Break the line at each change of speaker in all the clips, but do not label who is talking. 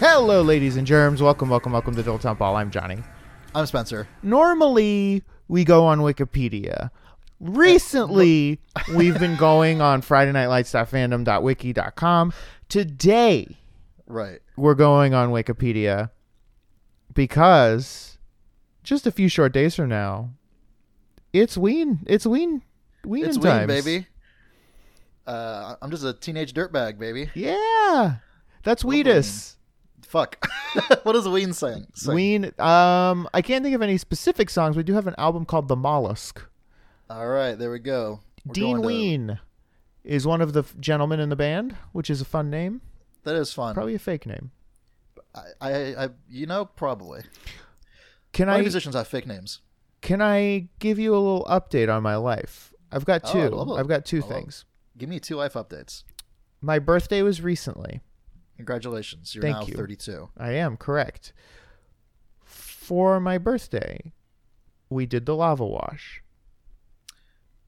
Hello, ladies and germs. Welcome, welcome, welcome to Dilton Ball. I'm Johnny.
I'm Spencer.
Normally, we go on Wikipedia. Recently, we've been going on Friday Night Lights.fandom.wiki.com. Today,
Right.
we're going on Wikipedia because just a few short days from now, it's Ween. It's Ween. Ween
It's Ween,
times.
baby. Uh, I'm just a teenage dirtbag, baby.
Yeah, that's Weenus.
Fuck. what does Ween saying? Sing?
Ween. Um, I can't think of any specific songs. We do have an album called The Mollusk.
All right, there we go. We're
Dean
going to-
Ween is one of the f- gentlemen in the band, which is a fun name,
That is fun.
probably a fake name.
I, I, I, you know, probably.
Can
A lot
I
of musicians have fake names.
can I give you a little update on my life? I've got
Oh,
two.
I'd love a-
I've got two
I'd love-
things.
Give me two life updates.
My birthday was recently.
Congratulations. You're
Thank
now
you.
32.
I am correct. For my birthday, we did the lava wash.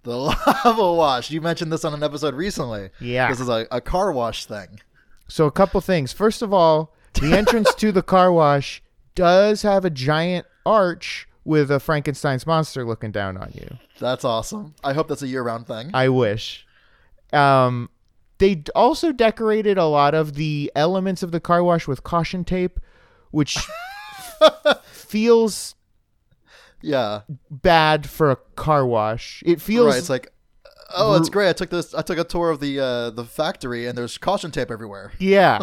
The lava wash. You mentioned this on an episode recently.
Yeah.
This is a, a car wash thing.
So a couple things. First of all, the entrance to the car wash does have a giant arch with a Frankenstein's monster looking down on you.
That's awesome. I hope that's a year round thing.
I wish. Um, they d- also decorated a lot of the elements of the car wash with caution tape, which f- feels
yeah.
bad for a car wash. It feels
Right. It's like, oh, it's great. I took this. I took a tour of the uh, the factory, and there's caution tape everywhere.
yeah.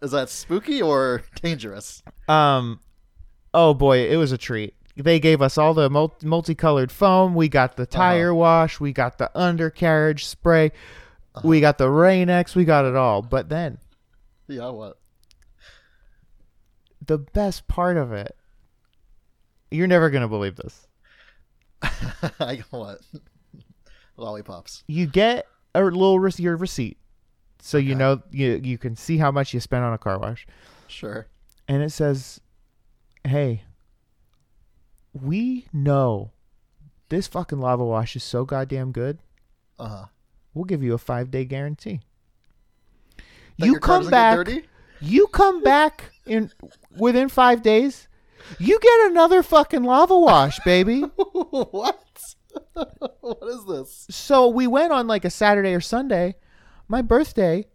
Is that spooky or dangerous?
Um, oh boy, it was a treat. They gave us all the mul- multicolored foam. We got
Uh-huh.
the tire wash. We got the undercarriage spray.
Uh-huh.
We got the Rain-X. We got it all. But then
Yeah. What?
the best part of it, you're never gonna believe this.
I what? Lollipops.
you get a little rec- your receipt, so you know you you can see how much you spent on a car wash,
Sure.
and it says, "Hey, we know this fucking lava wash is so goddamn good.
Uh huh.
We'll give you a five day guarantee. you come back,
Dirty?
you come back in within five days." You get another fucking lava wash, baby.
what? what is this?
so we went on like a Saturday or Sunday. My birthday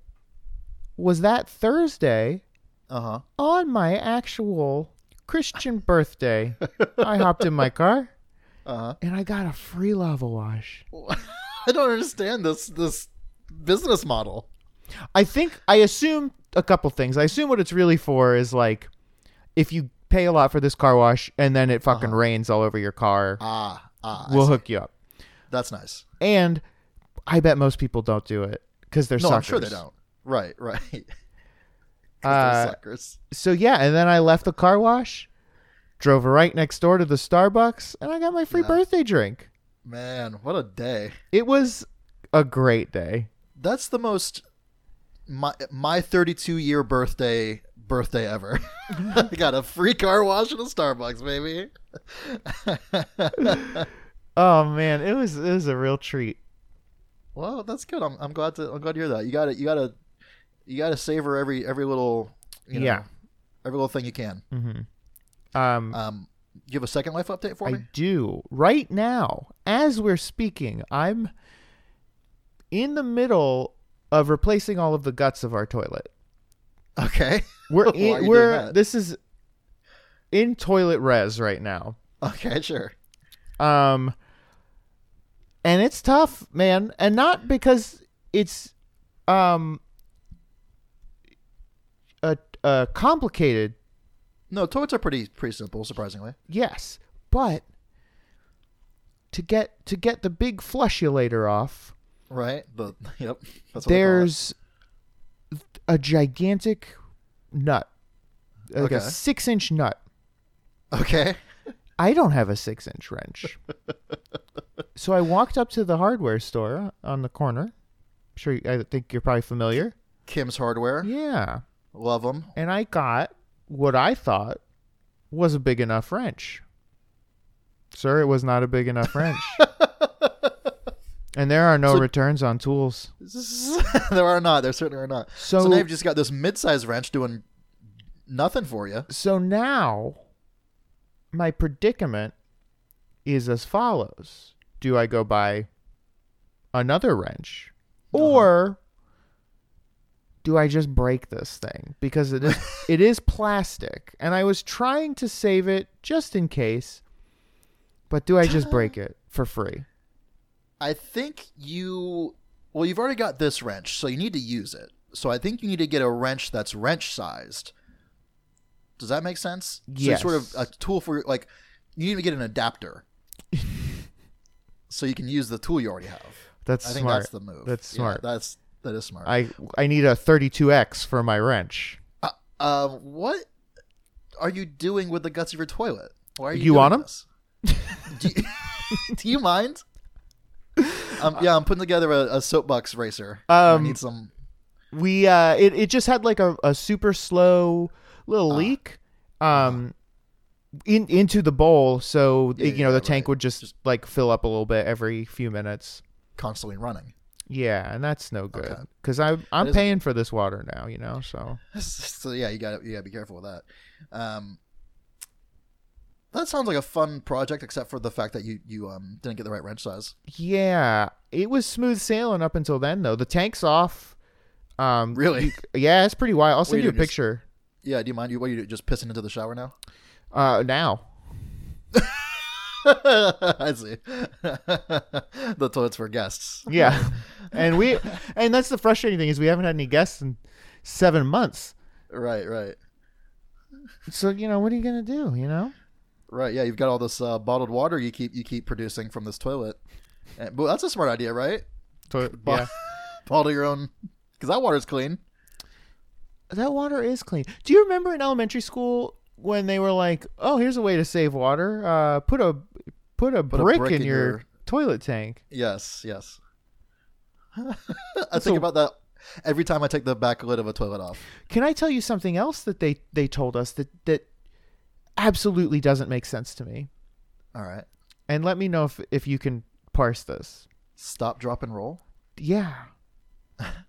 was that Thursday.
Uh huh.
on my actual Christian birthday, I hopped in my car
Uh
and I got a free lava wash.
huh. I don't understand this this business model.
I think I assume a couple things. I assume what it's really for is like if you pay a lot for this car wash and then it fucking rains all over your car,
Uh-huh. Ah ah. I
we'll
see.
hook you up.
That's nice.
And I bet most people don't do it because they're
No,
suckers.
I'm sure they don't. Right. Right. 'Cause they're
Uh,
suckers.
so yeah, and then I left the car wash, drove right next door to the Starbucks, and I got my free birthday drink.
Man, what a day.
It was a great day.
That's the most my my 32 year birthday birthday ever. I got a free car wash at a Starbucks, baby.
Oh man, it was it was a real treat.
Well, that's good. I'm, I'm glad to I'm glad to hear that. You got to you got to you got to savor every every little you know,
Yeah.
every little thing you can.
Um,
Um, you have a second life update for
I
me?
do right now as we're speaking. I'm in the middle of replacing all of the guts of our toilet.
Okay.
We're
Why are you
in,
doing
we're
that?
this is in toilet res right now.
Okay, sure.
Um, and it's tough, man, and not because it's um uh, uh complicated
No, toys are pretty pretty simple, surprisingly.
yes but to get to get the big flushulator off
Right? The yep. That's what they call it.
there's a gigantic nut like a
Okay.
six inch nut
okay.
I don't have a six inch wrench. so I walked up to the hardware store on the corner. I'm sure you, I think you're probably familiar.
Kim's Hardware,
Yeah.
love them.
And I got what I thought was a big enough wrench. Sir, it was not a big enough wrench. and there are no returns on tools.
there are not. There certainly are not. So,
So-
now you've just got this mid-sized wrench doing nothing for you.
So now my predicament is as follows. Do I go buy another wrench
Uh-huh.
or do I just break this thing because it is it is plastic and I was trying to save it just in case but do I just break it for free?
I think you. Well, you've already got this wrench, so you need to use it. So I think you need to get a wrench that's wrench sized. Does that make sense? So you're sort of
Yes.
a tool for your- like you need to get an adapter, so you can use the tool you already have.
That's
I
smart.
think that's the move.
That's
Yeah,
smart.
that's that is smart.
I I need a 32x for my wrench.
Uh, um, what are you doing with the guts of your toilet? Why are you?
You
doing
want 'em?
this? Do you, do you mind? Um, yeah, I'm putting together a, a soapbox racer. I
Um,
need some.
we uh it, it just had like a, a super slow little
Ah.
leak um in into the bowl so
Yeah,
it- you know
yeah,
the tank
right.
would just, like fill up a little bit every few minutes
constantly running.
yeah and that's no good
Okay.
because i'm i'm
is a-
paying for this water now you know so
So yeah, you got to you got to be careful with that. Um, that sounds like a fun project, except for the fact that you you um didn't get the right wrench size.
yeah it was smooth sailing up until then though the tank's off um
Really?
yeah it's pretty wild i'll
are
send
you
you a
doing, just-
picture
yeah. Do you mind? You what? You just pissing into the shower now?
uh now
I see. the toilets for guests.
yeah and we and that's the frustrating thing is we haven't had any guests in seven months
Right. Right.
so you know what are you gonna do you know
Right. Yeah. You've got all this uh, bottled water you keep you keep producing from this toilet. And, well, that's a smart idea, right?
yeah.
Bottle your own, because that water's clean.
that water is clean do you remember in elementary school when they were like oh here's a way to save water uh put a put a, brick,
brick
in,
in
your,
your-
toilet tank
Yes. Yes. I think about that every time I take the back lid of a toilet off.
can i tell you something else that they they told us that that absolutely doesn't make sense to me
All right.
and let me know if if you can parse this
Stop, drop, and roll.
yeah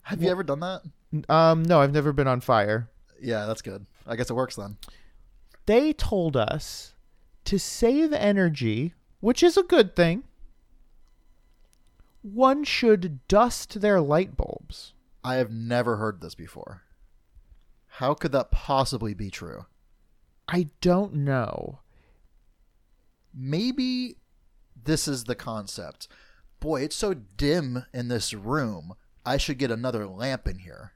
Have you ever done that?
um no i've never been on fire
Yeah, that's good. I guess it works then.
they told us to save energy, which is a good thing. One should dust their light bulbs.
I have never heard this before. How could that possibly be true?
I don't know.
maybe this is the concept. Boy, it's so dim in this room. I should get another lamp in here.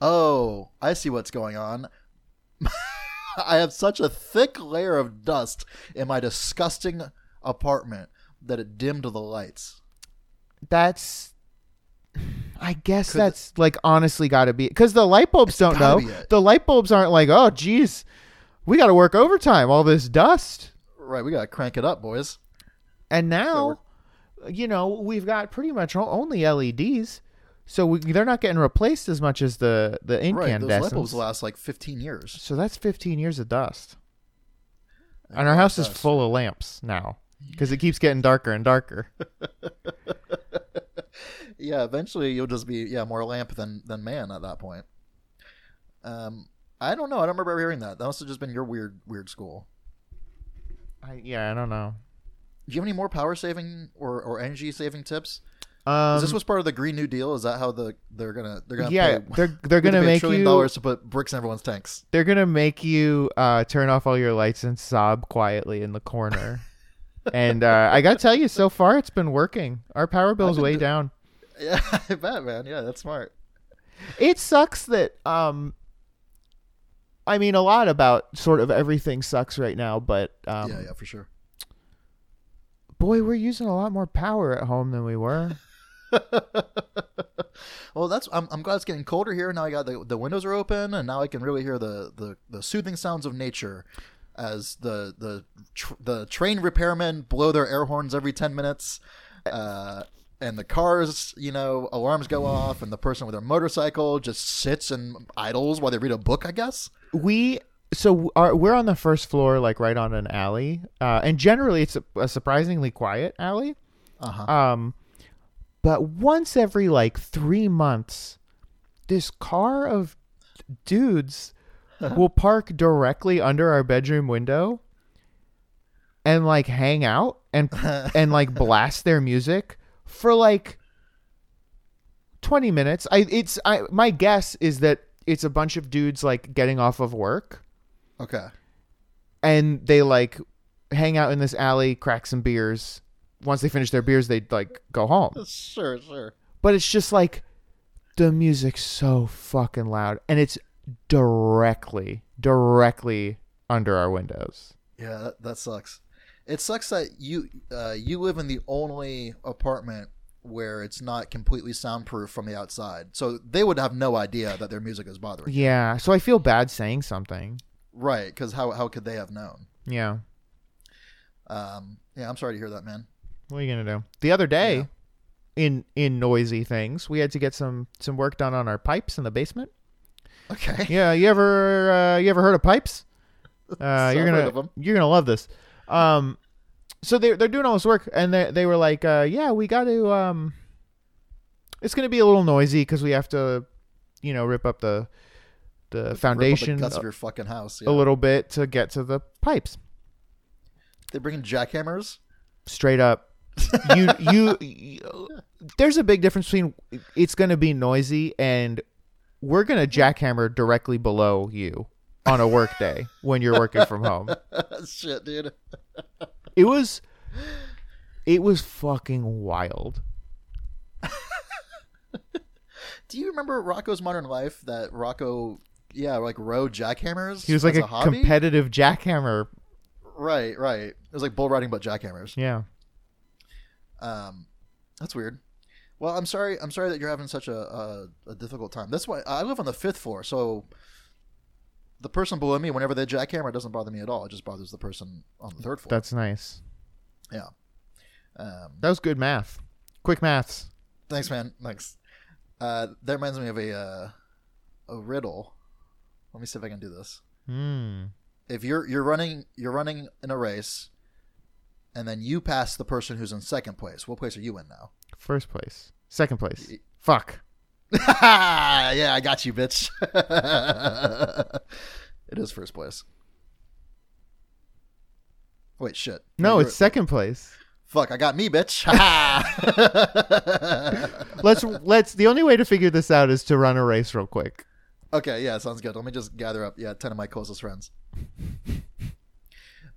Oh, I see what's going on. I have such a thick layer of dust in my disgusting apartment that it dimmed the lights.
That's I guess
Could-
that's like honestly got to be cuz the light bulbs don't know.
gotta be it.
The light bulbs aren't like, "Oh geez, we got to work overtime all this dust."
Right, we gotta crank it up, boys.
And now, you know, we've got pretty much o- only LEDs. So we, they're not getting replaced as much as the the
Right, those
incandescents.
light bulbs last like 15 years.
So that's 15 years of dust. And our house is full of lamps now because it keeps getting darker and darker.
yeah, eventually you'll just be yeah more lamp than than man at that point. Um, I don't know. I don't remember hearing that. That must have just been your weird weird school.
I, yeah, I don't know.
Do you have any more power saving or, or energy saving tips?
Um,
Is this was part of the Green New Deal? Is that how the they're gonna they're gonna
yeah,
pay,
they're they're gonna
gonna pay a
make
trillion
you
dollars to put bricks in everyone's tanks?
they're gonna make you uh, turn off all your lights and sob quietly in the corner. and uh, I gotta tell you, so far it's been working. Our power bill's way down.
Yeah, I bet, man. Yeah, that's smart.
It sucks that um I mean a lot about sort of everything sucks right now, but um
yeah, yeah, for sure.
boy, we're using a lot more power at home than we were.
well, that's I'm, I'm glad it's getting colder here. Now I got the, the windows are open, and now I can really hear the, the, the soothing sounds of nature as the the tr- the train repairmen blow their air horns every ten minutes, uh, and the cars you know alarms go off, and the person with their motorcycle just sits and idles while they read a book. I guess.
we so our, we're on the first floor like right on an alley uh, and generally it's a, a surprisingly quiet alley
Uh huh.
um but once every like three months this car of dudes will park directly under our bedroom window and like hang out and and like blast their music for like 20 minutes i it's i my guess is that it's a bunch of dudes like getting off of work
Okay.
and they like hang out in this alley, crack some beers. Once they finish their beers, they like go home.
Sure. Sure.
But it's just like the music's so fucking loud and it's directly directly under our windows.
Yeah, that, that sucks. It sucks that you uh, you live in the only apartment where it's not completely soundproof from the outside, so they would have no idea that their music is bothering. you.
Yeah, so I feel bad saying something.
Right? Because how how could they have known?
Yeah.
Um, yeah, I'm sorry to hear that, man.
What are you going to do? The other day in in noisy things, we had to get some some work done on our pipes in the basement.
Okay.
Yeah, you ever uh, you ever heard of pipes? Uh, you're
I've
gonna
heard of 'em.
you're gonna love this. Um, so they they're doing all this work, and they they were like, uh, yeah, we got to um, it's gonna be a little noisy because we have to, you know, rip up the the
Rip
foundation
up the guts
a,
of your fucking house.
a
Yeah.
little bit to get to the pipes.
They're bringing jackhammers.
Straight up, you you, you there's a big difference between it's gonna be noisy and we're gonna jackhammer directly below you on a work day when you're working from home.
Shit, dude.
It was it was fucking wild.
Do you remember Rocco's Modern Life? That Rocco, yeah, like rode jackhammers.
He was like
as
a,
a, hobby.
competitive jackhammer.
right, right. It was like bull riding, but jackhammers.
Yeah.
Um, that's weird. Well, I'm sorry. I'm sorry that you're having such a, a, a difficult time. That's why I live on the fifth floor, so the person below me, whenever they jackhammer, it doesn't bother me at all. It just bothers the person on the third floor.
That's nice.
Um,
That was good math. Quick maths.
thanks, man. Thanks. Uh, that reminds me of a uh, a riddle. Let me see if I can do this.
Hmm.
If you're you're running you're running in a race, and then you pass the person who's in second place. What place are you in now?
First place. Second place. Fuck.
yeah, I got you, bitch. it is first place. Wait, shit.
No,
you're-
it's second place.
fuck. I got me, bitch. Ha-ha.
Let's let's the only way to figure this out is to run a race real quick.
okay, yeah, sounds good. Let me just gather up. Yeah, ten of my closest friends.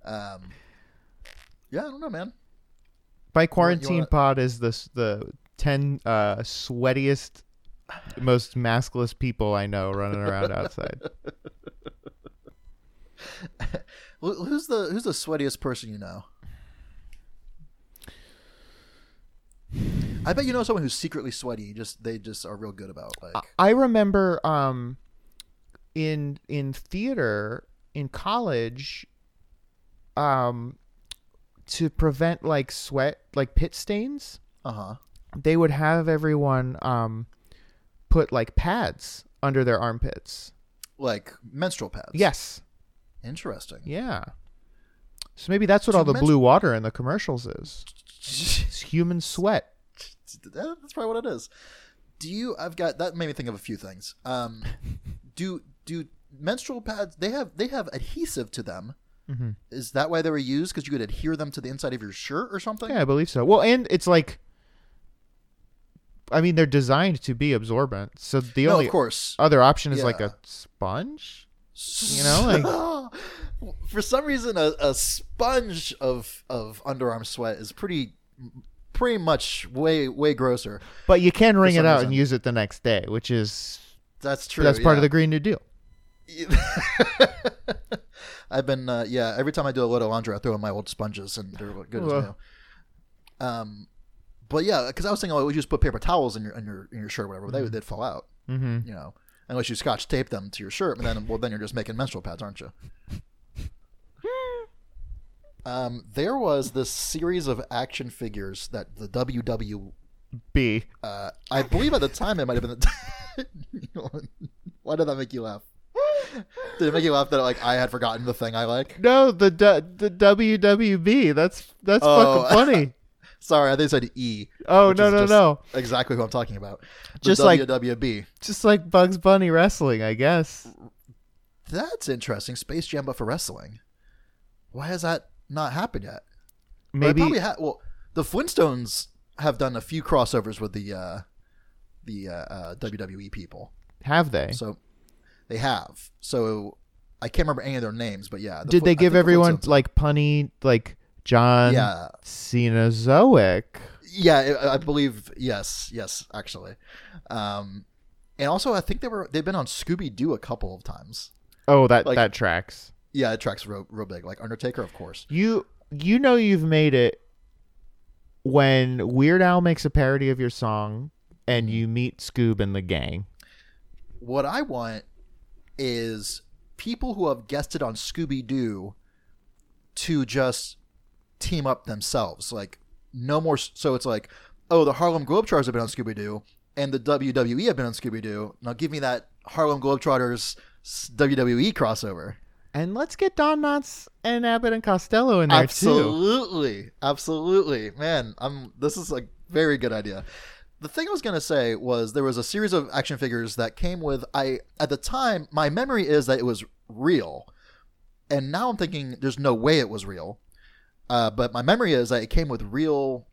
Um, yeah, I don't know, man.
My quarantine
wanna-
pod is the s- the 10 uh sweatiest most maskless people I know running around outside.
Wh- Who's the who's the sweatiest person you know? I bet you know someone who's secretly sweaty. you Just they just are real good about like.
I remember um in in theater in college um to prevent like sweat like pit stains
Uh
Uh-huh.
huh.
they would have everyone um put like pads under their armpits
Like menstrual pads.
yes
Interesting.
yeah so maybe that's what
So
all the
men-
blue water in the commercials is it's human sweat
That- That's probably what it is. Do you? I've got that made me think of a few things. Um, do do menstrual pads? They have they have adhesive to them.
Mhm.
Is that why they were used? Because you could adhere them to the inside of your shirt or something.
yeah i believe so well and it's like i mean they're designed to be absorbent so the
no,
only
of course.
other option is like
Yeah.
a sponge. you know,
for some reason, a, a sponge of of underarm sweat is pretty pretty much way way grosser.
But you can wring it
some
out
reason.
and use it the next day, which is
That's true.
that's part
yeah.
of the Green New Deal.
I've been uh, yeah. Every time I do a load of laundry, I throw in my old sponges, and they're good as
Whoa.
new. Um, but yeah, because I was thinking, oh, you just put paper towels in your in your in your shirt, or whatever. They would fall out,
Mm-hmm.
you know, unless you scotch tape them to your shirt, and then well, then you're just making menstrual pads, aren't you? Um, there was this series of action figures that the WW
B.
uh, I believe at the time it might have been. The Why did that make you laugh? Did it make you laugh that like I had forgotten the thing I like?
No, the du- the WWB. That's that's
Oh.
fucking funny.
Sorry, I think said E.
Oh
which
no
is
no
just
no!
Exactly who I'm talking about. The
Just like-
WWB.
Just like Bugs Bunny wrestling, I guess.
That's interesting. Space Jam, but for wrestling. Why has that not happened yet? Or it
Maybe
probably ha- well, the Flintstones have done a few crossovers with the uh, the uh, uh, WWE people.
have they?
So they have. So I can't remember any of their names, but yeah. the
Did
Fli- I
they
think
give
the
everyone
Flintstones-
like punny like John
Yeah.
Cenozoic?
Yeah, I I believe yes, yes, actually, um, and also I think they were they've been on Scooby Doo a couple of times.
Oh, that
Like-
that tracks.
Yeah, it tracks real, real big, like Undertaker, of course.
You you know you've made it when Weird Al makes a parody of your song and you meet Scoob and the gang.
What I want is people who have guested on Scooby Doo to just team up themselves, like no more. So it's like, oh, the Harlem Globetrotters have been on Scooby Doo, and the WWE have been on Scooby Doo. Now give me that Harlem Globetrotters s- WWE crossover.
And let's get Don Knotts and Abbott and Costello in there too.
absolutely absolutely man i'm this is a very good idea the thing i was going to say was there was a series of action figures that came with i at the time my memory is that it was real and now i'm thinking there's no way it was real uh, but my memory is that it came with real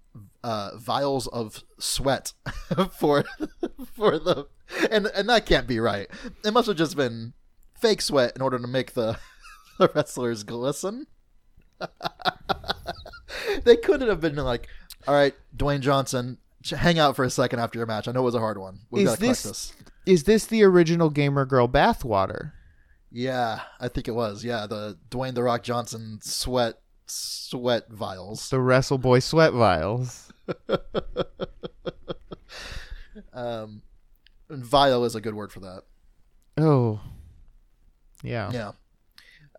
uh, vials of sweat for for the and and that can't be right it must have just been fake sweat in order to make the the wrestlers glisten they couldn't have been like, all right, Dwayne Johnson, j- hang out for a second after your match. I know it was a hard one. We've
Is
got to collect
this-
this.
Is this the original Gamer Girl bathwater?
Yeah, I think it was. Yeah, the Dwayne the Rock Johnson sweat sweat vials.
The Wrestle Boy sweat vials.
Um, and vial is a good word for that.
Oh. Yeah.
Yeah.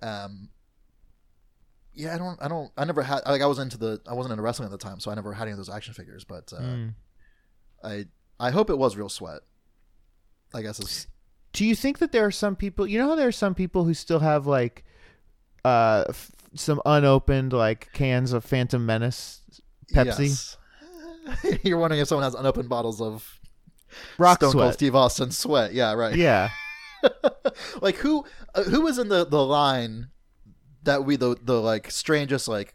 Um. Yeah, I don't, I don't, I never had like I was into the, I wasn't into wrestling at the time, so I never had any of those action figures. But uh,
Mm.
I, I hope it was real sweat. I guess it's
Do you think that there are some people, you know how there are some people who still have like uh f- some unopened like cans of Phantom Menace Pepsi?
Yes. You're wondering if someone has unopened bottles of
Rock
Stone
sweat.
Cold Steve Austin sweat. Yeah, right.
Yeah.
like who uh, who was in the the line that we the the like strangest like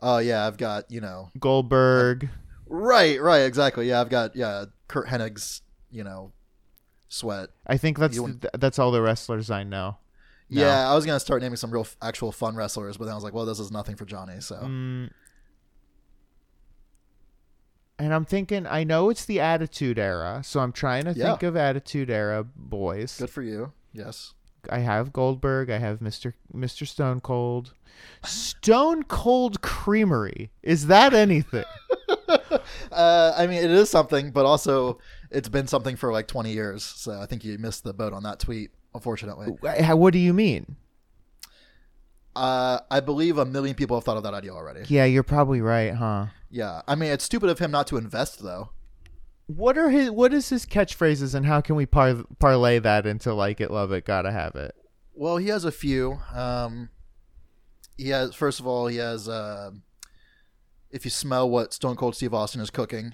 oh yeah I've got you know
Goldberg.
right right exactly yeah I've got yeah Kurt Hennig's you know sweat
I think that's
You
th- that's all the wrestlers I know. No.
yeah I was gonna start naming some real f- actual fun wrestlers but then I was like well this is nothing for Johnny so
Mm. And I'm thinking, I know it's the Attitude Era, so I'm trying to
Yeah.
think of Attitude Era boys.
good for you yes
I have Goldberg. I have Mister Mister Stone Cold. Stone Cold Creamery. Is that anything?
Uh, I mean, it is something, but also it's been something for like 20 years. So I think you missed the boat on that tweet, unfortunately.
Wh- how- what do you mean?
Uh, I believe a million people have thought of that idea already.
Yeah, you're probably right, huh?
Yeah. I mean, it's stupid of him not to invest, though.
What are his? What is his catchphrases, and how can we par- parlay that into like it, love it, gotta have it?
Well, he has a few. Um, he has, first of all, he has, uh, if you smell what Stone Cold Steve Austin is cooking,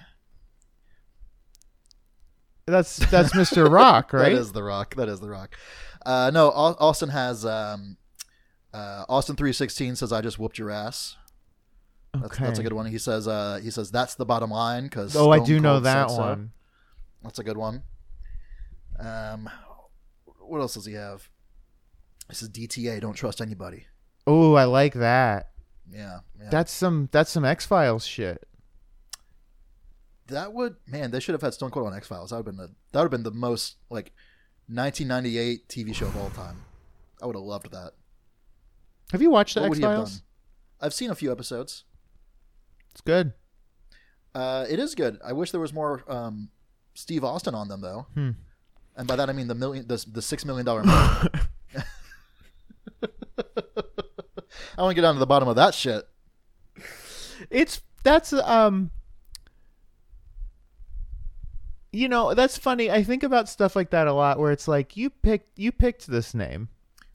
That's that's Mr. Rock, right?
That is the Rock. That is the Rock. Uh, no, Au- Austin has um, uh, Austin three sixteen says, "I just whooped your ass." That's, that's a
Okay.
good one. He says, uh, "He says that's the bottom line." Because
oh, I do know that one.
That's a good one. Um, what else does he have? This is DTA. Don't trust anybody.
Oh, I like that.
Yeah, yeah.
That's some that's some X Files shit.
that would man, they should have had Stone Cold on X Files. That would have been the that would have been the most like 1998 TV show of all time. I would have loved that.
Have you watched the
What would
X
he have done?
Files?
I've seen a few episodes.
It's good.
Uh, it is good. I wish there was more um, Steve Austin on them though. And by that I mean the million, the, the six million dollar. Man. I want to get down to the bottom of that shit.
It's that's um you know, that's funny. I think about stuff like that a lot where it's like you picked you picked this name.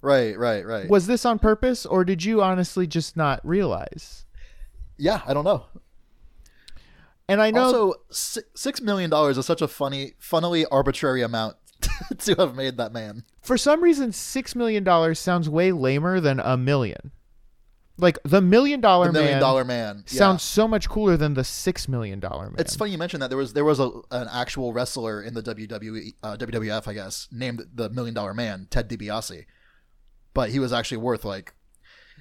Right, right, right.
Was this on purpose or did you honestly just not realize?
yeah, I don't know.
And I know
Also, si- six million dollars is such a funny, funnily arbitrary amount to have made that man.
for some reason 6 million dollars sounds way lamer than a million. Like the million dollar
The million
man
dollar man Yeah.
sounds so much cooler than the 6 million dollar man.
It's funny you mentioned that there was there was a, an actual wrestler in the WWE uh, WWF, I guess, named the Million Dollar Man, Ted DiBiase, but he was actually worth like.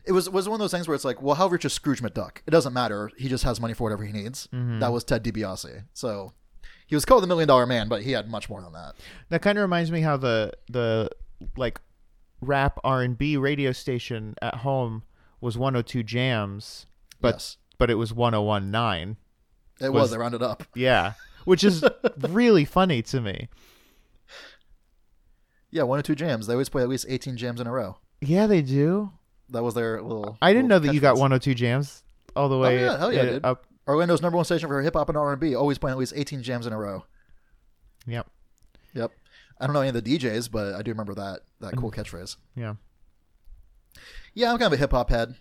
It was was one of those things where it's like, well, how rich is Scrooge McDuck? It doesn't matter. He just has money for whatever he needs.
Mm-hmm.
That was Ted DiBiase. So he was called the Million Dollar Man, but he had much more than that.
That kind of reminds me how the the like rap R and B radio station at home was 102 jams, but
yes,
but it was 1019.
it
was-
was. They rounded up.
Yeah, which is really funny to me.
Yeah, one or two jams. They always play at least eighteen jams in a row.
Yeah, they do.
That was their little.
I didn't know
little
that you got
catchphrase.
102 jams all the way.
Oh, yeah, hell yeah,
uh,
dude.
Up.
Orlando's number one station for hip hop and R and B. Always playing at least eighteen jams in a row.
Yep.
Yep. I don't know any of the DJs, but I do remember that that cool catchphrase.
Mm-hmm. Yeah.
Yeah, I'm kind of a hip hop head.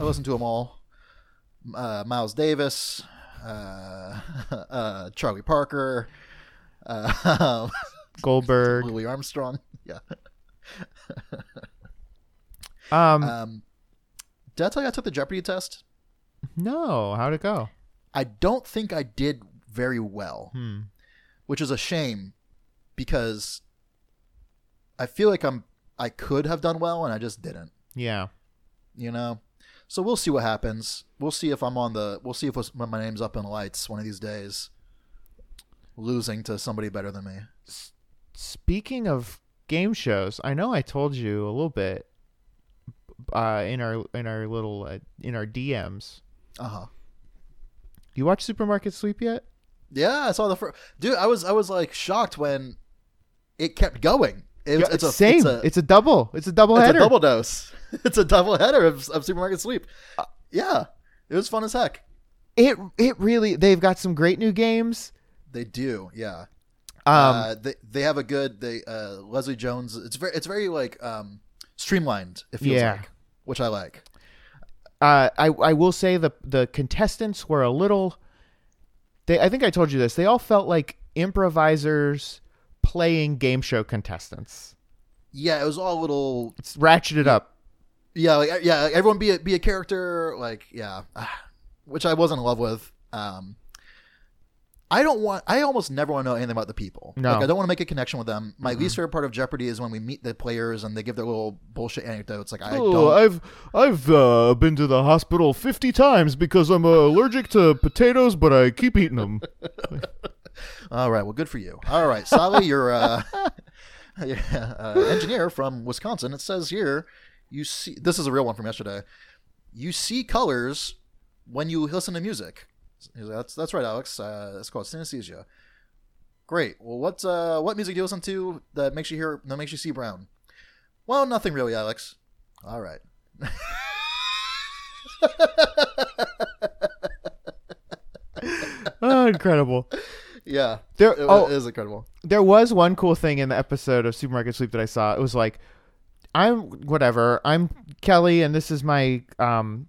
I listen to them all. Uh, Miles Davis, uh, uh, Charlie Parker, uh,
Goldberg.
Louis Armstrong. Yeah.
Um.
Um, did I tell you I took the Jeopardy test?
no. How'd it go?
I don't think I did very well,
Hmm.
which is a shame because I feel like I'm I could have done well and I just didn't.
Yeah.
you know. So we'll see what happens. We'll see if I'm on the. We'll see if what's- when my name's up in lights one of these days. Losing to somebody better than me.
Speaking of game shows, I know I told you a little bit uh, in our in our little uh, in our DMs.
Uh huh.
You watch Supermarket Sweep yet?
Yeah, I saw the first dude. I was I was like shocked when it kept going. It, it's, a
same.
It's a, it's
double. It's a double
a
header.
double dose. It's a double header of, of supermarket sleep. Uh, Yeah, it was fun as heck.
It it really. They've got some great new games.
They do. Yeah.
Um,
uh, they they have a good they uh, Leslie Jones. It's very it's very like um streamlined. It feels
Yeah.
like, which I like.
uh, I I will say the the contestants were a little. They I think I told you this. They all felt like improvisers playing game show contestants.
Yeah, it was all little.
It's ratcheted up.
Yeah, like, e-, yeah. like, Everyone be a, be a character. Like yeah, Ah, which I wasn't in love with. Um, I don't want. I almost never want to know anything about the people.
No. Mm-hmm.
Like I don't want to make a connection with them. My least favorite part of Jeopardy is when we meet the players and they give their little bullshit anecdotes. Like I
Oh,
don't.
I've I've uh, been to the hospital fifty times because I'm uh, allergic to potatoes, but I keep eating them.
All right. Well, good for you. All right, Sally, you're uh, yeah, uh, engineer from Wisconsin. It says here, you see. This is a real one from yesterday. You see colors when you listen to music. That's that's right, Alex. Uh, it's called synesthesia. Great. Well, what uh, what music do you listen to that makes you hear that makes you see brown? Well, nothing really, Alex. All right.
oh, incredible.
Yeah.
There-
Ah, It,
oh.
it is incredible.
there was one cool thing in the episode of Supermarket Sweep that I saw. It was like, I'm whatever. I'm Kelly, and this is my um,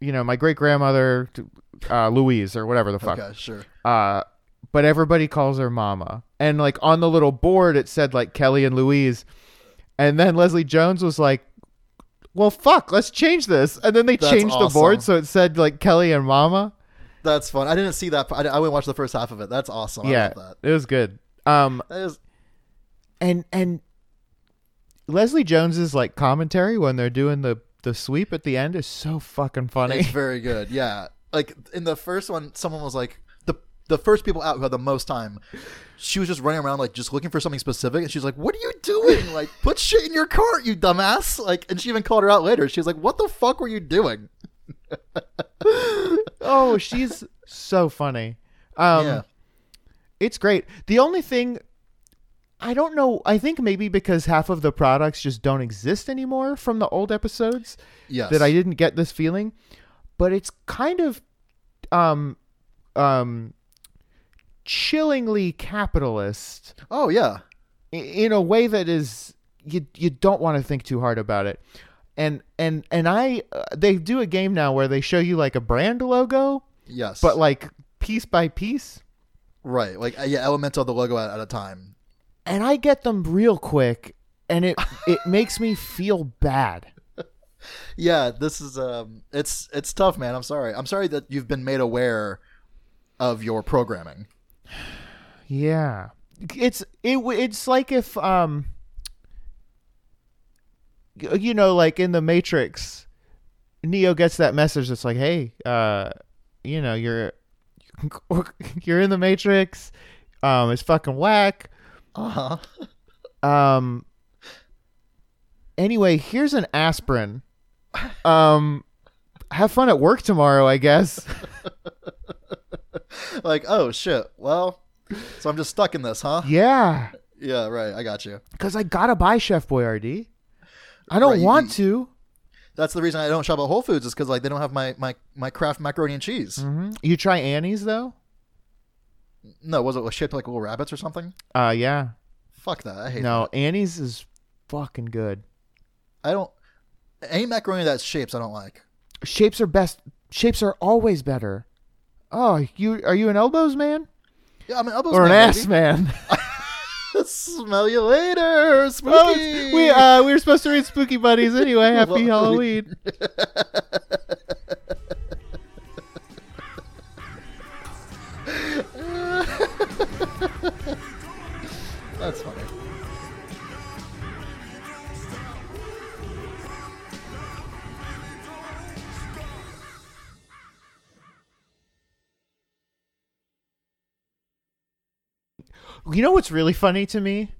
you know, my great grandmother, uh, Louise or whatever the fuck.
Okay. Sure.
Uh, but everybody calls her Mama, and like on the little board it said like Kelly and Louise, and then Leslie Jones was like. Well, fuck. Let's change this, and then they
That's
changed the
awesome.
board so it said like Kelly and Mama.
That's fun. I didn't see that. I, I went watch the first half of it. That's awesome. I
yeah,
love that.
it was good. Um,
That is
and and Leslie Jones's like commentary when they're doing the the sweep at the end is so fucking funny.
It's very good. Yeah. Like in the first one, someone was like, the the first people out who had the most time. She was just running around like just looking for something specific, and she's like, "What are you doing? Like, put shit in your cart, you dumbass!" Like, and she even called her out later. She was like, "What the fuck were you doing?"
Oh, she's so funny. Um,
yeah,
It's great. The only thing I don't know, I think maybe because half of the products just don't exist anymore from the old episodes
yes.
that I didn't get this feeling, but it's kind of um um chillingly capitalist
Oh yeah,
i- in a way that is you you don't want to think too hard about it. And and and I uh, they do a game now where they show you like a brand logo
yes.
but like piece by piece
right, like uh, yeah, elements of the logo at, at a time.
and I get them real quick and it it makes me feel bad.
Yeah, this is um, it's it's tough, man. I'm sorry. I'm sorry that you've been made aware of your programming.
Yeah. It's it w- it's like if um y- you know like in the Matrix Neo gets that message that's like hey uh you know you're you're in the Matrix um it's fucking whack
Uh
Uh-huh.
huh.
um anyway here's an aspirin um have fun at work tomorrow I guess
like, oh shit. Well, so I'm just stuck in this, huh?
yeah
Yeah, right. I got you.
Because I gotta buy Chef Boyardee. I don't
Right, you-
want to.
That's the reason I don't shop at Whole Foods is because like they don't have my my my craft macaroni and cheese.
Mhm. You try Annie's though.
No, was it like, shaped like little rabbits or something?
Uh, yeah.
Fuck that. I hate.
No, Annie's is fucking good.
I don't. Any macaroni that's shapes, I don't like.
Shapes are best. Shapes are always better. Oh, you are you an elbows man
Yeah, I mean, elbows
or an
man,
ass
baby.
man?
Smell you later, spooky.
Well, it's- we uh we were supposed to read Spooky Buddies anyway. Happy
Well,
Halloween.
that's funny.
You know what's really funny to me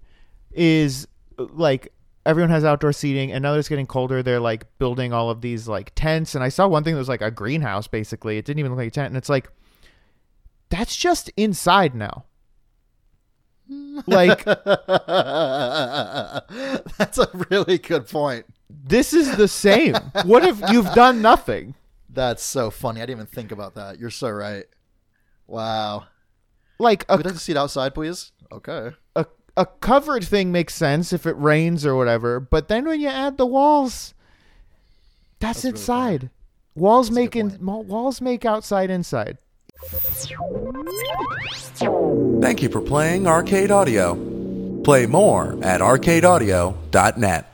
is like everyone has outdoor seating and now that it's getting colder they're like building all of these like tents and I saw one thing that was like a greenhouse basically. It didn't even look like a tent and it's like that's just inside now. like
that's a really good point.
this is the same. What if you've done nothing?
That's so funny. I didn't even think about that. You're so right. Wow.
Like a
We'd like to see it outside, please. Okay.
a a covered thing makes sense if it rains or whatever, but then when you add the walls, that's,
really
inside. walls make in,
point.
mo- walls make outside inside.
Thank you for playing Arcade Audio. Play more at arcadeaudio.net.